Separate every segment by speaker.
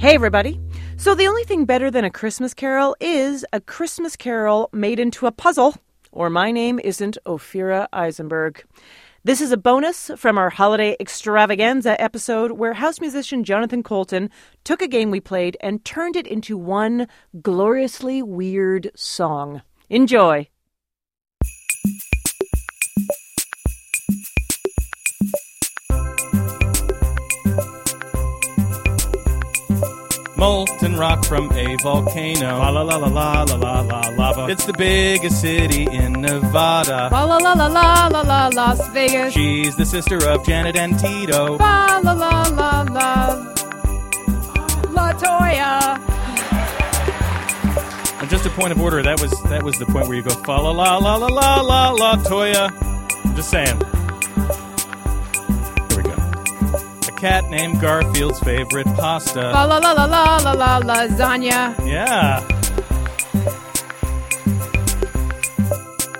Speaker 1: Hey, everybody. So, the only thing better than a Christmas carol is a Christmas carol made into a puzzle, or My Name Isn't Ophira Eisenberg. This is a bonus from our holiday extravaganza episode where house musician Jonathan Colton took a game we played and turned it into one gloriously weird song. Enjoy.
Speaker 2: Molten rock from a volcano. La la la la la la la la lava. It's the biggest city in Nevada.
Speaker 3: Fa la la la la la la Las Vegas.
Speaker 2: She's the sister of Janet and Tito.
Speaker 3: Fa la la la la Latoya.
Speaker 2: And just a point of order, that was that was the point where you go fa la la la la la la la Toya. I'm just saying. Here we go. A cat named Garfield's favorite
Speaker 3: Fa
Speaker 2: pasta.
Speaker 3: la la la la la la lasagna.
Speaker 2: Yeah.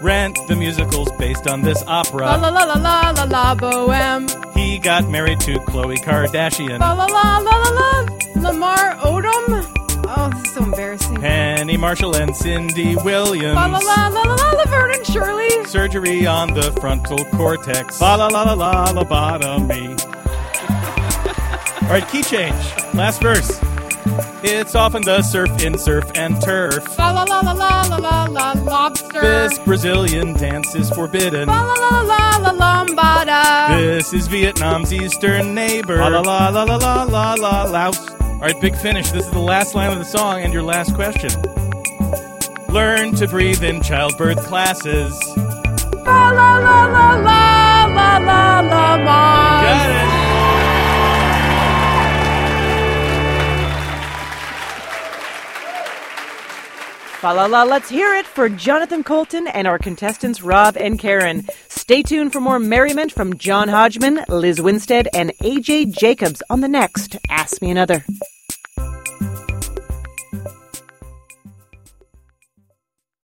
Speaker 2: Rent the musicals based on this opera.
Speaker 3: Fa la la la la la la bohem.
Speaker 2: He got married to Khloe Kardashian.
Speaker 3: Fa la la la la la Lamar Odom. Oh, this is so embarrassing. Fa
Speaker 2: Penny Marshall and Cindy Williams.
Speaker 3: la la la la la la Vernon Shirley.
Speaker 2: Surgery on the frontal cortex. La la la la la lobotomy. All right, key change. Last verse. It's often the surf in surf and turf.
Speaker 3: Fa la la la la la la la lobster.
Speaker 2: This Brazilian dance is forbidden.
Speaker 3: Fa la la la la la lambada.
Speaker 2: This is Vietnam's eastern neighbor. La la la la la la la la louse. All right, big finish. This is the last line of the song and your last question. Learn to breathe in childbirth classes.
Speaker 3: Fa la la la la la la la la.
Speaker 2: Got it.
Speaker 1: Fa la la, let's hear it for Jonathan Colton and our contestants Rob and Karen. Stay tuned for more merriment from John Hodgman, Liz Winstead, and AJ Jacobs on the next Ask Me Another.